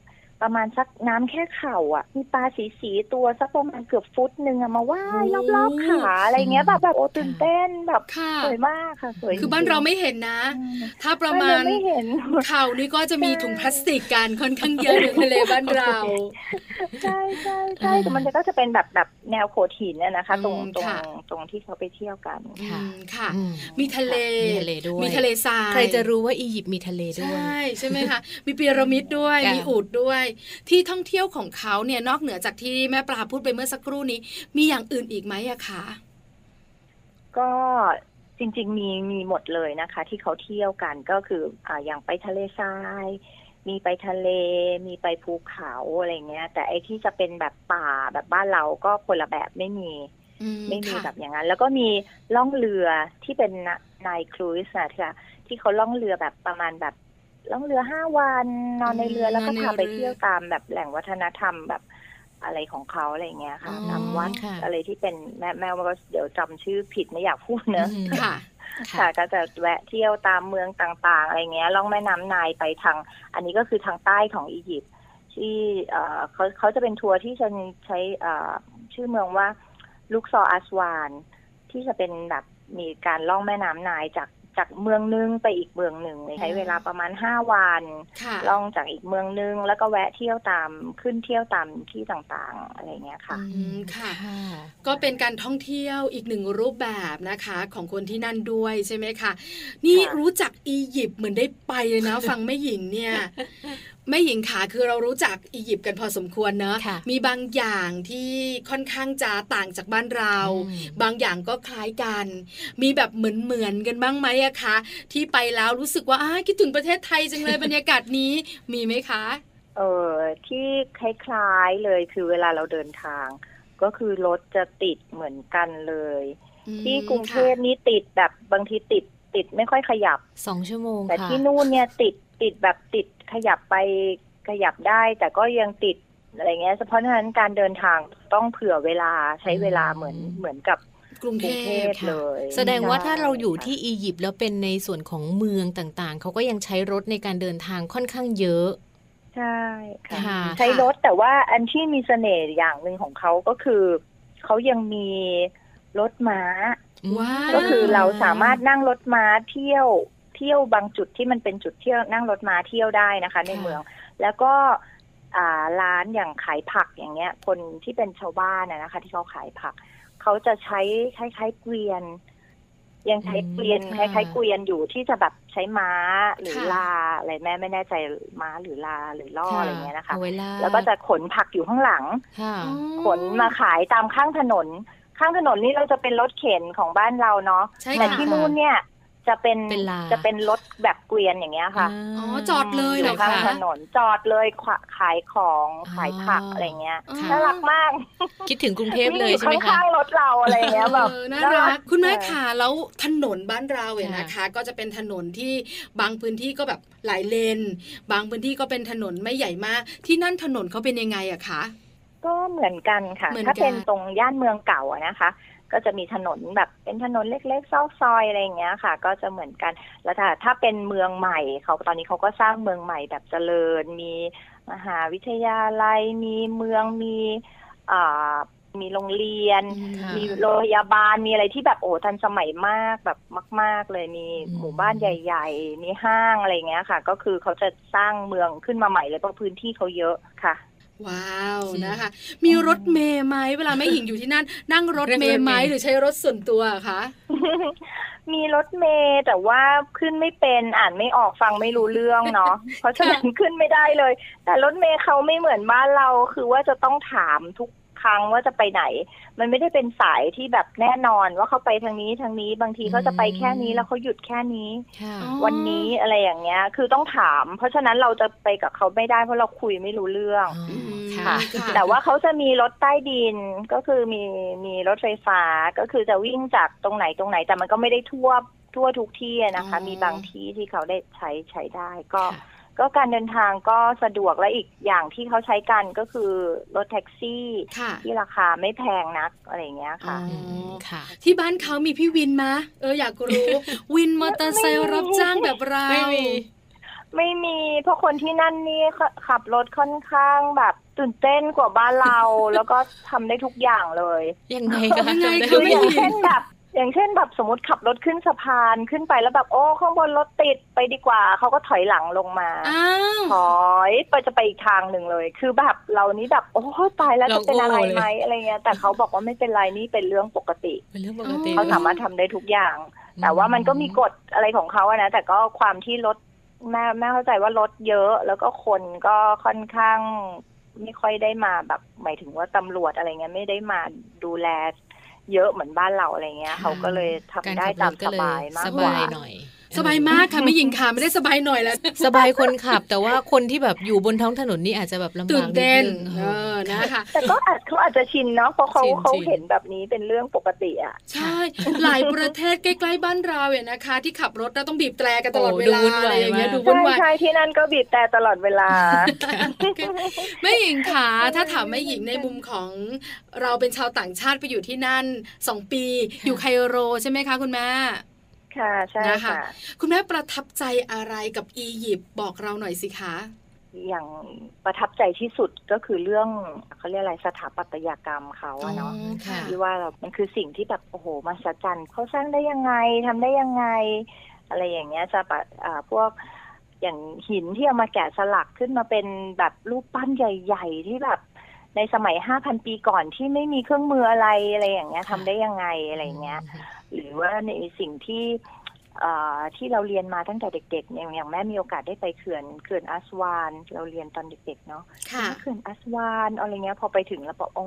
[SPEAKER 5] ประมาณสักน้ำแค่เข่าอ่ะ มีปลาสีสีๆตัวสักประมาณเกือบฟุตหนึ่งอะมาว่าย
[SPEAKER 1] โอ้
[SPEAKER 5] รอบๆขาอะไรเงี้ยแบบแบบโอ้ตื่นเต้นแบบ
[SPEAKER 1] ค่ะ
[SPEAKER 5] สวยมากค่ะสวย
[SPEAKER 1] คือบ้านเรา
[SPEAKER 5] จงๆ
[SPEAKER 1] ไม่เห็นนะ
[SPEAKER 5] อืม
[SPEAKER 1] ถ้าประมาณ
[SPEAKER 5] บ้นเไม่เห็น
[SPEAKER 1] เข่านี่ก็จะมีถุงพลาสติกกันค่อนข้างเยอะในทะเลบ้านเรา
[SPEAKER 5] ใช่ใช่ใช่
[SPEAKER 2] อ่า
[SPEAKER 5] แต่มันก็จะเป็นแบบแบบแนวโขดหินอะนะคะ ตรง
[SPEAKER 1] อืม
[SPEAKER 5] ตรง
[SPEAKER 1] ค่ะ
[SPEAKER 5] ตรงที่เขาไปเที่ยวกัน
[SPEAKER 1] อื
[SPEAKER 2] ค่ะ
[SPEAKER 1] มค่ะ
[SPEAKER 2] อืม
[SPEAKER 1] มีทะเล
[SPEAKER 2] มีทะเลด้วย
[SPEAKER 1] มีทะเลทราย
[SPEAKER 2] ใครจะรู้ว่าอียิปต์มีทะเลด้
[SPEAKER 1] ใช
[SPEAKER 2] วย
[SPEAKER 1] ่ ใช่ไหมคะมีพีระมิดด้วย
[SPEAKER 2] ค่ะ
[SPEAKER 1] มีอูดด้วย ที่ท่องเที่ยวของเขาเนี่ยนอกเหนือจากที่แม่ปลาพูดไปเมื่อสักครู่นี้ มีอย่างอื่นอีกไหมอะคะ
[SPEAKER 5] ก็จริง ๆ มีมีหมดเลยนะคะ ที่เขาเที่ยวกันก็คืออ่าอย่างไปทะเลทราย มีไปทะเล มีไปภูเขาอะไรเงี้ย แต่ไอที่จะเป็นแบบป่าแบบบ้านเราก็คนละแบบไม่มี
[SPEAKER 1] อืม
[SPEAKER 5] ไม่มี
[SPEAKER 1] ค่ะ
[SPEAKER 5] แบบอย่างนั้น แล้วก็มีล่องเรือที่เป็นนายครูสนะคะที่เขาล่องเรือแบบประมาณแบบล่องเรือห้าวันนอนในเรืออ
[SPEAKER 1] ม
[SPEAKER 5] แล้วก็
[SPEAKER 1] นอนใน
[SPEAKER 5] พาไป
[SPEAKER 1] เรือ
[SPEAKER 5] เที่ยวตามแบบแหล่งวัฒนธรรมแบบอะไรของเขาอะไรเงี้ยค่ะ
[SPEAKER 1] อ๋อ
[SPEAKER 5] ตามวัด
[SPEAKER 2] ค่ะ
[SPEAKER 5] อะไรที่เป็นแม่แม่ว่าเดี๋ยวจำชื่อผิดไม่อยากพูดเนอะ
[SPEAKER 2] อืม
[SPEAKER 1] ค่ะ
[SPEAKER 5] ค่ะก็จะแวะเที่ยวตามเมืองต่างๆ อะไรเงี้ยล่องแม่น้ำไนายไปทาง อันนี้ก็คือทางใต้ของอียิปต์ที่เอ่อเขาเขาจะเป็นทัวร์ที่ฉันใช้เอ่อชื่อเมืองว่าลุกซอร์อัสวาน ที่จะเป็นแบบมีการล่องแม่น้ำไนายจากจากเมืองนึงไปอีกเมืองหนึ่งเลยใช้เวลาประมาณห้าวัน
[SPEAKER 1] ค่ะ
[SPEAKER 5] ล่องจากอีกเมืองนึง แล้วก็แวะเที่ยวตามขึ้นเที่ยวตามที่ต่างๆ อะไรเงี้ยค่ะ
[SPEAKER 1] อืมค่ะ
[SPEAKER 2] ค่ะ
[SPEAKER 1] ก็เป็นการท่องเที่ยวอีกหนึ่งรูปแบบนะคะ ของคนที่นั่นด้วยใช่ไหมคะนี่
[SPEAKER 5] ค่ะ
[SPEAKER 1] รู้จักอียิปต์เหมือนได้ไปเลย นะ ฟังแม่หญิงเนี่ยแม่หญิงขาคือเรารู้จักอียิปต์กันพอสมควรเนอะ
[SPEAKER 2] ค่ะ
[SPEAKER 1] มีบางอย่างที่ค่อนข้างจะต่างจากบ้านเรา
[SPEAKER 2] อืม
[SPEAKER 1] บางอย่างก็คล้ายกัน มีแบบเหมือนเหมือนๆกันบ้างไหมอะคะที่ไปแล้วรู้สึกว่าอ้ายคิดถึงประเทศไทยจังเลยบรรยากาศนี้มีไหมคะ
[SPEAKER 5] เออที่คล้ายๆเลยคือเวลาเราเดินทาง ก็คือรถจะติดเหมือนกันเลย ที่กรุงเทพนี่ติดแบบบางทีติดติดไม่ค่อยขยับ
[SPEAKER 2] สองชั่วโมง
[SPEAKER 5] แต่
[SPEAKER 2] ค่ะ
[SPEAKER 5] ที่นู่นเนี่ยติดติดแบบติดขยับไปขยับได้ แต่ก็ยังติดอะไรเงี้ยเพราะฉะนั้นการเดินทางต้องเผื่อเวลาใช้เวลาเหมือน
[SPEAKER 2] อืม
[SPEAKER 5] เหมือนกับ
[SPEAKER 1] กรุงเท
[SPEAKER 5] กรุงเท
[SPEAKER 1] พ
[SPEAKER 5] พ
[SPEAKER 1] ค่ะ
[SPEAKER 5] เลย
[SPEAKER 2] แสดงว่า
[SPEAKER 5] ใช่
[SPEAKER 2] ถ้าเราอยู่
[SPEAKER 5] ค่ะ
[SPEAKER 2] ที่อียิปต์แล้วเป็นในส่วนของเมืองต่างๆ เขาก็ยังใช้รถในการเดินทางค่อนข้างเยอะ
[SPEAKER 5] ใช่ค่ะ
[SPEAKER 2] ค่ะ
[SPEAKER 5] ใช้รถแต่ว่าอันที่มีเสน่ห์อย่างหนึ่งของเขาก็คือเขายังมีรถม้า
[SPEAKER 2] อืม
[SPEAKER 1] ว้าว
[SPEAKER 5] ก็คือเราสามารถนั่งรถม้าเที่ยวเที่ยวบางจุดที่มันเป็นจุดเที่ยวนั่งรถม้าเที่ยวได้นะคะ ในเมือง แล้วก็อ่าร้านอย่างขายผักอย่างเงี้ย คนที่เป็นชาวบ้านนะนะคะ ที่เขาขายผัก เขาจะใช้คล้ายๆเกวียน ยังใช้เกวียน
[SPEAKER 2] อืม
[SPEAKER 5] ค
[SPEAKER 2] ค่ะ
[SPEAKER 5] ล้ายๆเกวียนอยู่ที่จะแบบใช้ม้าหรือ
[SPEAKER 1] ค่ะ
[SPEAKER 5] ลาอะไรแม่ไม่แน่ใจม้าหรือลาหรือล่ออะไรเงี้ยนะคะ
[SPEAKER 2] เอาไว้ล่า
[SPEAKER 5] แล้วก็จะขนผักอยู่ข้างหลัง
[SPEAKER 2] ค่ะ
[SPEAKER 5] ขนมาขายตามข้างถนน ข้างถนนนี่เราจะเป็นรถเข็นของบ้านเราเนาะ
[SPEAKER 1] ใช่
[SPEAKER 5] แต่
[SPEAKER 1] ค่ะ
[SPEAKER 5] ที่นู่นเนี่ยจะเป็น
[SPEAKER 2] เป็นลา
[SPEAKER 5] จะเป็นรถแบบเกวียนอย่างเงี้ยค่ะ
[SPEAKER 1] อ๋อจอดเลยเหรอ
[SPEAKER 5] มข้าง
[SPEAKER 1] คะ
[SPEAKER 5] ถนนจอดเลยขวะขายของ
[SPEAKER 2] อ๋อ
[SPEAKER 5] ขายผักอะไรเงี้ย
[SPEAKER 1] ค่ะ
[SPEAKER 5] น่ารักมาก
[SPEAKER 2] คิดถึงกรุงเทพเลย
[SPEAKER 5] วิ่งอ
[SPEAKER 2] ใช่ไหมคะ
[SPEAKER 5] ข้างๆรถเราอะไรเงี้ยแบบ
[SPEAKER 1] เออน่ารัก คุณแม่
[SPEAKER 5] เออ
[SPEAKER 1] ค่ะแล้วถนนบ้านเราเนี่ยนะคะ ก็จะเป็นถนนที่บางพื้นที่ก็แบบหลายเลน บางพื้นที่ก็เป็นถนนไม่ใหญ่มาก ที่นั่นถนนเขาเป็นยังไงอะคะ
[SPEAKER 5] ก็เหมือนกันค่ะ
[SPEAKER 1] เหมือนกัน
[SPEAKER 5] ถ้าเป็นตรงย่านเมืองเก่าอะนะคะ ก็จะมีถนนแบบเป็นถนนเล็กๆซอกซอยอะไรอย่างเงี้ยค่ะ ก็จะเหมือนกัน แล้วถ้าถ้าเป็นเมืองใหม่เขาตอนนี้เขาก็สร้างเมืองใหม่แบบเจริญ มีมหาวิทยาลัย มีเมืองมีอ่ามีโรงเรียน
[SPEAKER 2] ค่ะ
[SPEAKER 5] มีโรงพยาบาลมีอะไรที่แบบโอ้ทันสมัยมากแบบมาก ๆ เลยมี
[SPEAKER 2] อืม
[SPEAKER 5] หมู่บ้านใหญ่ ๆ มีห้างอะไรอย่างเงี้ยค่ะ ก็คือเขาจะสร้างเมืองขึ้นมาใหม่เลยเพราะพื้นที่เขาเยอะค่ะ
[SPEAKER 1] ว้าวนะคะ มีรถเมย์ไหมเวลาแม่หญิงอยู่ที่นั่น นั่งรถเมย์ไหมหรือใช้รถส่วนตัวคะ
[SPEAKER 5] มีรถเมย์แต่ว่าขึ้นไม่เป็นอ่านไม่ออกฟังไม่รู้เรื่องเนา ะ เพราะฉะนั้นขึ้นไม่ได้เลย แต่รถเมย์เขาไม่เหมือนบ้านเราคือว่าจะต้องถามทุกครั้งว่าจะไปไหน มันไม่ได้เป็นสายที่แบบแน่นอนว่าเขาไปทางนี้ทางนี้บางทีเขาจะไปแค่นี้แล้วเขาหยุดแค่นี้
[SPEAKER 2] ค่ะ
[SPEAKER 5] วันนี้อะไรอย่างเงี้ย คือต้องถาม เพราะฉะนั้นเราจะไปกับเขาไม่ได้เพราะเราคุยไม่รู้เรื่อง
[SPEAKER 1] ค่ะ
[SPEAKER 5] แต่ว่าเขาจะมีรถใต้ดินก็คือมีมีรถไฟฟ้าก็คือจะวิ่งจากตรงไหนตรงไหน แต่มันก็ไม่ได้ทั่วทั่วทุกที่อะนะคะ
[SPEAKER 1] อ๋อ
[SPEAKER 5] มีบางที่ที่เขาได้ใช้ใช้ได้ ก็
[SPEAKER 2] ค่ะ
[SPEAKER 5] ก็การเดินทางก็สะดวกและอีกอย่างที่เขาใช้กันก็คือรถแท็กซี่
[SPEAKER 1] ค่ะ
[SPEAKER 5] ที่ราคาไม่แพงนักอะไรอย่างเงี้ยค่ะ
[SPEAKER 2] อืมค่ะ
[SPEAKER 1] ที่บ้านเขามีพี่วินมาเอออยากรู้ วินมอเตอร์ไซค์รับจ้างแบบเรา
[SPEAKER 2] ไม่มี
[SPEAKER 5] ไม่มีเพราะคนที่นั่นนี่ขขับรถค่อนข้างแบบตื่นเต้นกว่าบ้านเรา แล้วก็ทำได้ทุกอย่างเลย
[SPEAKER 2] ยังไงคะ
[SPEAKER 1] ยังไงคะ
[SPEAKER 2] จำด้
[SPEAKER 5] คือ
[SPEAKER 2] หม
[SPEAKER 1] ไม่
[SPEAKER 5] อย่าง
[SPEAKER 1] มี
[SPEAKER 5] เช่นแบบอย่างเช่นแบบสมมติขับรถขึ้นสะพานขึ้นไปแล้วแบบโอ้ข้างบนรถติดไปดีกว่าเขาก็ถอยหลังลงมา
[SPEAKER 1] อ้าว
[SPEAKER 5] ถอยไปจะไปอีกทางหนึ่งเลย คือแบบเรานี่แบบโอ้ตายแล้ว
[SPEAKER 2] เรา
[SPEAKER 5] จะเป็นอะไร
[SPEAKER 2] โง่เลย
[SPEAKER 5] ไหมอะไรเงี้ยแต่เขาบอกว่าไม่เป็นไรนี่เป็นเรื่องปกติ
[SPEAKER 2] เป็นเรื่องปกติ
[SPEAKER 5] เขาสามารถทำได้ทุกอย่าง แต่ว่ามันก็มีกฎอะไรของเขาอะนะ แต่ก็ความที่รถแม่แม่เข้าใจว่ารถเยอะ แล้วก็คนก็ค่อนข้างไม่ค่อยได้มาแบบหมายถึงว่าตำรวจอะไรเงี้ยไม่ได้มาดูแล เยอะเหมือนบ้านเราอะไรเงี้ย เขาก็เลยทำ
[SPEAKER 2] กร
[SPEAKER 5] ได้
[SPEAKER 2] ขับ
[SPEAKER 5] ตาม
[SPEAKER 2] รถ
[SPEAKER 5] ส
[SPEAKER 2] ก็เล
[SPEAKER 5] บายมาก
[SPEAKER 2] ส
[SPEAKER 5] กว่า
[SPEAKER 2] บายหน่อย
[SPEAKER 1] สบายมากค่ะแม่หญิงค่ะไม่ได้สบายหน่อยแล้ว
[SPEAKER 2] สบายคนขับ แต่ว่าคนที่แบบอยู่บนท้องถนนนี่อาจจะแบบลำบาก
[SPEAKER 1] ตื่นเต้น
[SPEAKER 2] ดง
[SPEAKER 1] เออ
[SPEAKER 2] ค่ะ
[SPEAKER 1] นะคะ
[SPEAKER 5] แต่ก็อาจเขาอาจจะชินเนาะเพราะเขา
[SPEAKER 2] ชินๆ
[SPEAKER 5] เขาเห็นแบบนี้เป็นเรื่องปกติอะ
[SPEAKER 1] ใช่ หลายประเทศใกล้ๆบ้านเราเนี่ยนะคะ ที่ขับรถเราต้องบีบแตรกันตลอดเวลา
[SPEAKER 2] โอ้ดูวุ่น
[SPEAKER 1] อะ
[SPEAKER 2] วา
[SPEAKER 1] ไร
[SPEAKER 2] ย
[SPEAKER 1] อย่างเงี้ย
[SPEAKER 2] มาก
[SPEAKER 1] ดูวุ่น
[SPEAKER 5] ใช่
[SPEAKER 1] วาย
[SPEAKER 5] ใช่ที่นั่นก็บีบแต่ตลอดเวลา
[SPEAKER 1] แม่หญิงคะถ้าถามแม่หญิงในมุมของเราเป็นชาวต่างชาติไปอยู่ที่นั่นสองปี อยู่ไคโรใช่ไหมคะคุณแม่
[SPEAKER 5] ค่ะใช่
[SPEAKER 1] นะคะ
[SPEAKER 5] ค่ะ
[SPEAKER 1] คุณแม่ประทับใจอะไรกับอียิปต์บอกเราหน่อยสิคะ
[SPEAKER 5] อย่างประทับใจที่สุดก็คือเรื่องเขาเรียกอะไรสถาปัตยกรรมเขาอะเนาะ
[SPEAKER 1] อ๋อค่ะ
[SPEAKER 5] ที่ว่าเรามันคือสิ่งที่แบบโอ้โหมหัศจรรย์เขาสร้างได้ยังไงทำได้ยังไง อะไรอย่างเงี้ยจะปะอ่าพวกอย่างหินที่เอามาแกะสลักขึ้นมาเป็นแบบรูปปั้นใหญ่ ๆ ที่แบบในสมัย 5,000 ปีก่อนที่ไม่มีเครื่องมืออะไรอะไรอย่างเงี้ยทำได้ยังไงอะไรอย่างเงี้ย หรือว่าในสิ่งที่เอ่อที่เราเรียนมาตั้งแต่เด็กๆอย่างอย่างแม่มีโอกาสได้ไปเขื่อนเขื่อนอัสวานเราเรียนตอนเด็กๆเนาะ
[SPEAKER 1] ค่ะ
[SPEAKER 5] เขื่อนอัสวานอะไรเงี้ยพอไปถึงแล้วบอกโอ้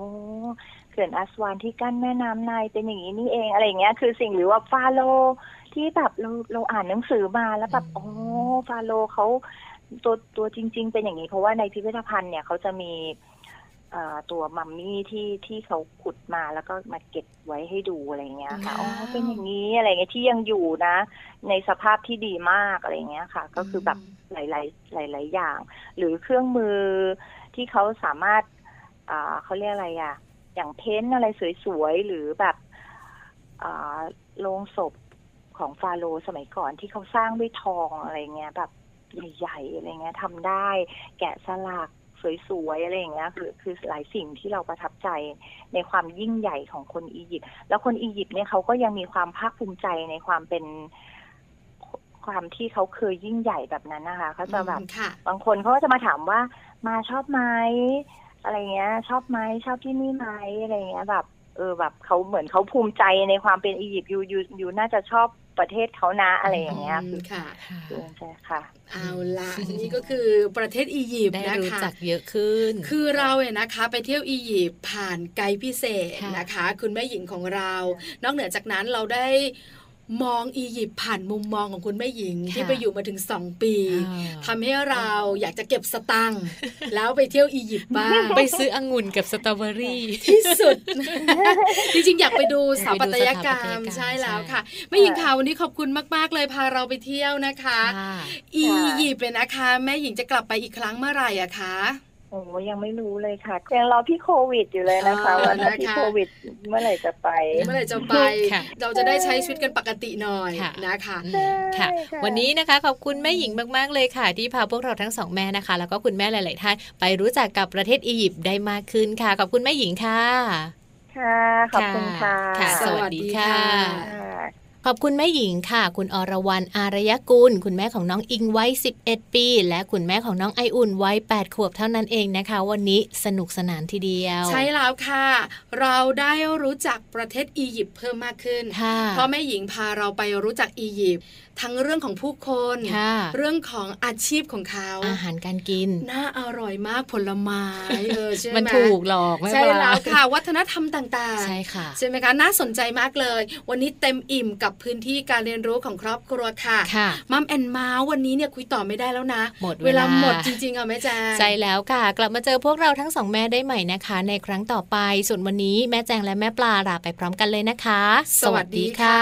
[SPEAKER 5] เขื่อนอัสวานที่กั้นแม่น้ำไนายเป็นอย่างนี้นี่เองอะไรเงี้ยคือสิ่งหรือว่าฟาโลที่แบบเราเราอ่านหนังสือมาแล้วแบบโอ้ฟาโลเขาตัวตัวจริง ๆ เป็นอย่างนี้เพราะว่าในพิพิธภัณฑ์เนี่ยเขาจะมีเอ่อตัวมัมมี่ที่ที่เขาขุดมาแล้วก็มาเก็บไว้ให้ดูอะไรเงี้ยค่ะอ๋อเป็นอย่าง อย่างนี้อะไรเงี้ยที่ยังอยู่นะ ในสภาพที่ดีมากอะไรเงี้ยค่ะ ก็คือแบบหลาย ๆ หลาย ๆ อย่าง หรือเครื่องมือที่เขาสามารถอ่าเขาเรียกอะไรอะอย่างเพ้นท์อะไรสวย ๆ หรือแบบ อ่าโลงศพของฟาโรห์สมัยก่อนที่เขาสร้างด้วยทองอะไรเงี้ยแบบใหญ่ๆอะไรเงี้ยทำได้ แกะสลักสวยๆอะไรอย่างเงี้ยคือคือหลายสิ่งที่เราประทับใจในความยิ่งใหญ่ของคนอียิปต์แล้วคนอียิปต์เนี่ยเขาก็ยังมีความภาคภูมิใจในความเป็นความที่เขาเคยยิ่งใหญ่แบบนั้นนะคะเขาจะแบบ
[SPEAKER 1] อืมค่ะ
[SPEAKER 5] บางคนเขาก็จะมาถามว่ามาชอบไหมอะไรเงี้ย ชอบไหมชอบที่นี่ไหมอะไรเงี้ยแบบเออแบบเขาเหมือนเขาภูมิใจในความเป็นอียิปต์อยู่อยู่อยู่น่าจะชอบประเทศเขานะอะไรอย่างเงี้ย
[SPEAKER 1] อืมค่ะ
[SPEAKER 2] ค่ะ
[SPEAKER 5] ภูมิใจค่ะ
[SPEAKER 1] เอาละนี่ก็คือประเทศอียิปต์
[SPEAKER 2] ได้
[SPEAKER 1] นะ
[SPEAKER 2] รู้
[SPEAKER 1] คะ
[SPEAKER 2] จักเยอะขึ้น
[SPEAKER 1] คือเราเนี่ยนะคะไปเที่ยวอียิปต์ผ่านไกด์พิเศษ
[SPEAKER 2] ค่ะ
[SPEAKER 1] นะคะ คุณแม่หญิงของเรา นอกเหนือจากนั้นเราได้มองอียิปต์ผ่านมุมมองของคุณแม่หญิง ที่ไปอยู่มาถึง 2 ปี
[SPEAKER 2] อ่า
[SPEAKER 1] ทำให้เราอยากจะเก็บสตังค์แล้วไปเที่ยวอียิปต์บ้าง
[SPEAKER 2] ไป ซื้อองุ่นกับสตรอเบอรี่
[SPEAKER 1] ที่สุด จริงๆ อยากไปดูสถาปัตยกรร
[SPEAKER 2] อยากไปดูสถาปัตยกรร
[SPEAKER 1] ม
[SPEAKER 2] ม
[SPEAKER 1] ใช่แล้ว
[SPEAKER 2] ใช่
[SPEAKER 1] ค่ะแม่หญิงค่ะวันนี้ขอบคุณมากๆเลยพาเราไปเที่ยวนะคะ
[SPEAKER 2] ค่ะ
[SPEAKER 1] อียิปต์เนี่ยนะคะ แม่หญิงจะกลับไปอีกครั้งเมื่อไหร่อะคะ
[SPEAKER 5] โอ้ยังไม่รู้เลยค่ะยังรอพี่โควิดอยู่เลยนะคะ
[SPEAKER 1] อ่า
[SPEAKER 5] ว่าถ้าพี่
[SPEAKER 1] นะคะ
[SPEAKER 5] โควิดเมื่อไหร่จะไป
[SPEAKER 1] เมื่อไหร่จะไป
[SPEAKER 2] ค่ะ
[SPEAKER 1] เราจะได้ใช้ชีวิตกันปกติหน่อย
[SPEAKER 2] ค่ะ
[SPEAKER 1] นะคะ
[SPEAKER 2] อืมค่ะ
[SPEAKER 5] ใช่ค่ะ
[SPEAKER 2] วันนี้นะคะขอบคุณแม่หญิงมากๆเลยค่ะ ที่พาพวกเราทั้งสองแม่นะคะ แล้วก็คุณแม่หลาย ๆ ท่านไปรู้จักกับประเทศอียิปต์ได้มากขึ้นค่ะ ขอบคุณแม่หญิงค่ะ
[SPEAKER 5] ค่ะ ขอบคุณค่ะ
[SPEAKER 2] ค่ะ สวัสดีค่ะ
[SPEAKER 1] สวัสดีค่ะ
[SPEAKER 2] ขอบคุณแม่หญิงค่ะ คุณอรวรรณอารยกุล คุณแม่ของน้องอิงวัย11 ปี และคุณแม่ของน้องไออุ่นวัย8ขวบเท่านั้นเองนะคะ วันนี้สนุกสนานทีเดียว
[SPEAKER 1] ใช่แล้วค่ะ เราได้รู้จักประเทศอียิปต์เพิ่มมากขึ้น
[SPEAKER 2] ค่ะ
[SPEAKER 1] เพราะแม่หญิงพาเราไปรู้จักอียิปต์ทั้งเรื่องของผู้คน
[SPEAKER 2] ค่ะ
[SPEAKER 1] เรื่องของอาชีพของเขา
[SPEAKER 2] อาหารการกิน
[SPEAKER 1] น่าอร่อยมากผลไม้เออ ใช่ไหม
[SPEAKER 2] มันถูกหรอกไม่
[SPEAKER 1] ใช่
[SPEAKER 2] เป็นไร
[SPEAKER 1] แล้วค่ะ วัฒนธรรมต่างๆ
[SPEAKER 2] ใช่ค่ะ
[SPEAKER 1] ใช่ไหมคะน่าสนใจมากเลย วันนี้เต็มอิ่มกับพื้นที่การเรียนรู้ของครอบครัวค่ะ
[SPEAKER 2] ค่ะ
[SPEAKER 1] มัมแอนเมาส์วันนี้เนี่ยคุยต่อไม่ได้แล้วนะ
[SPEAKER 2] หมด
[SPEAKER 1] เว
[SPEAKER 2] เว
[SPEAKER 1] ลา
[SPEAKER 2] ลา
[SPEAKER 1] หมดจริงๆอ่ะแม่แจง
[SPEAKER 2] ใช่แล้วค่ะ กลับมาเจอพวกเราทั้งสองแม่ได้ใหม่นะคะ ในครั้งต่อไป ส่วนวันนี้แม่แจงและแม่ปลาลาไปพร้อมกันเลยนะคะ
[SPEAKER 1] สวัสดีค่ะ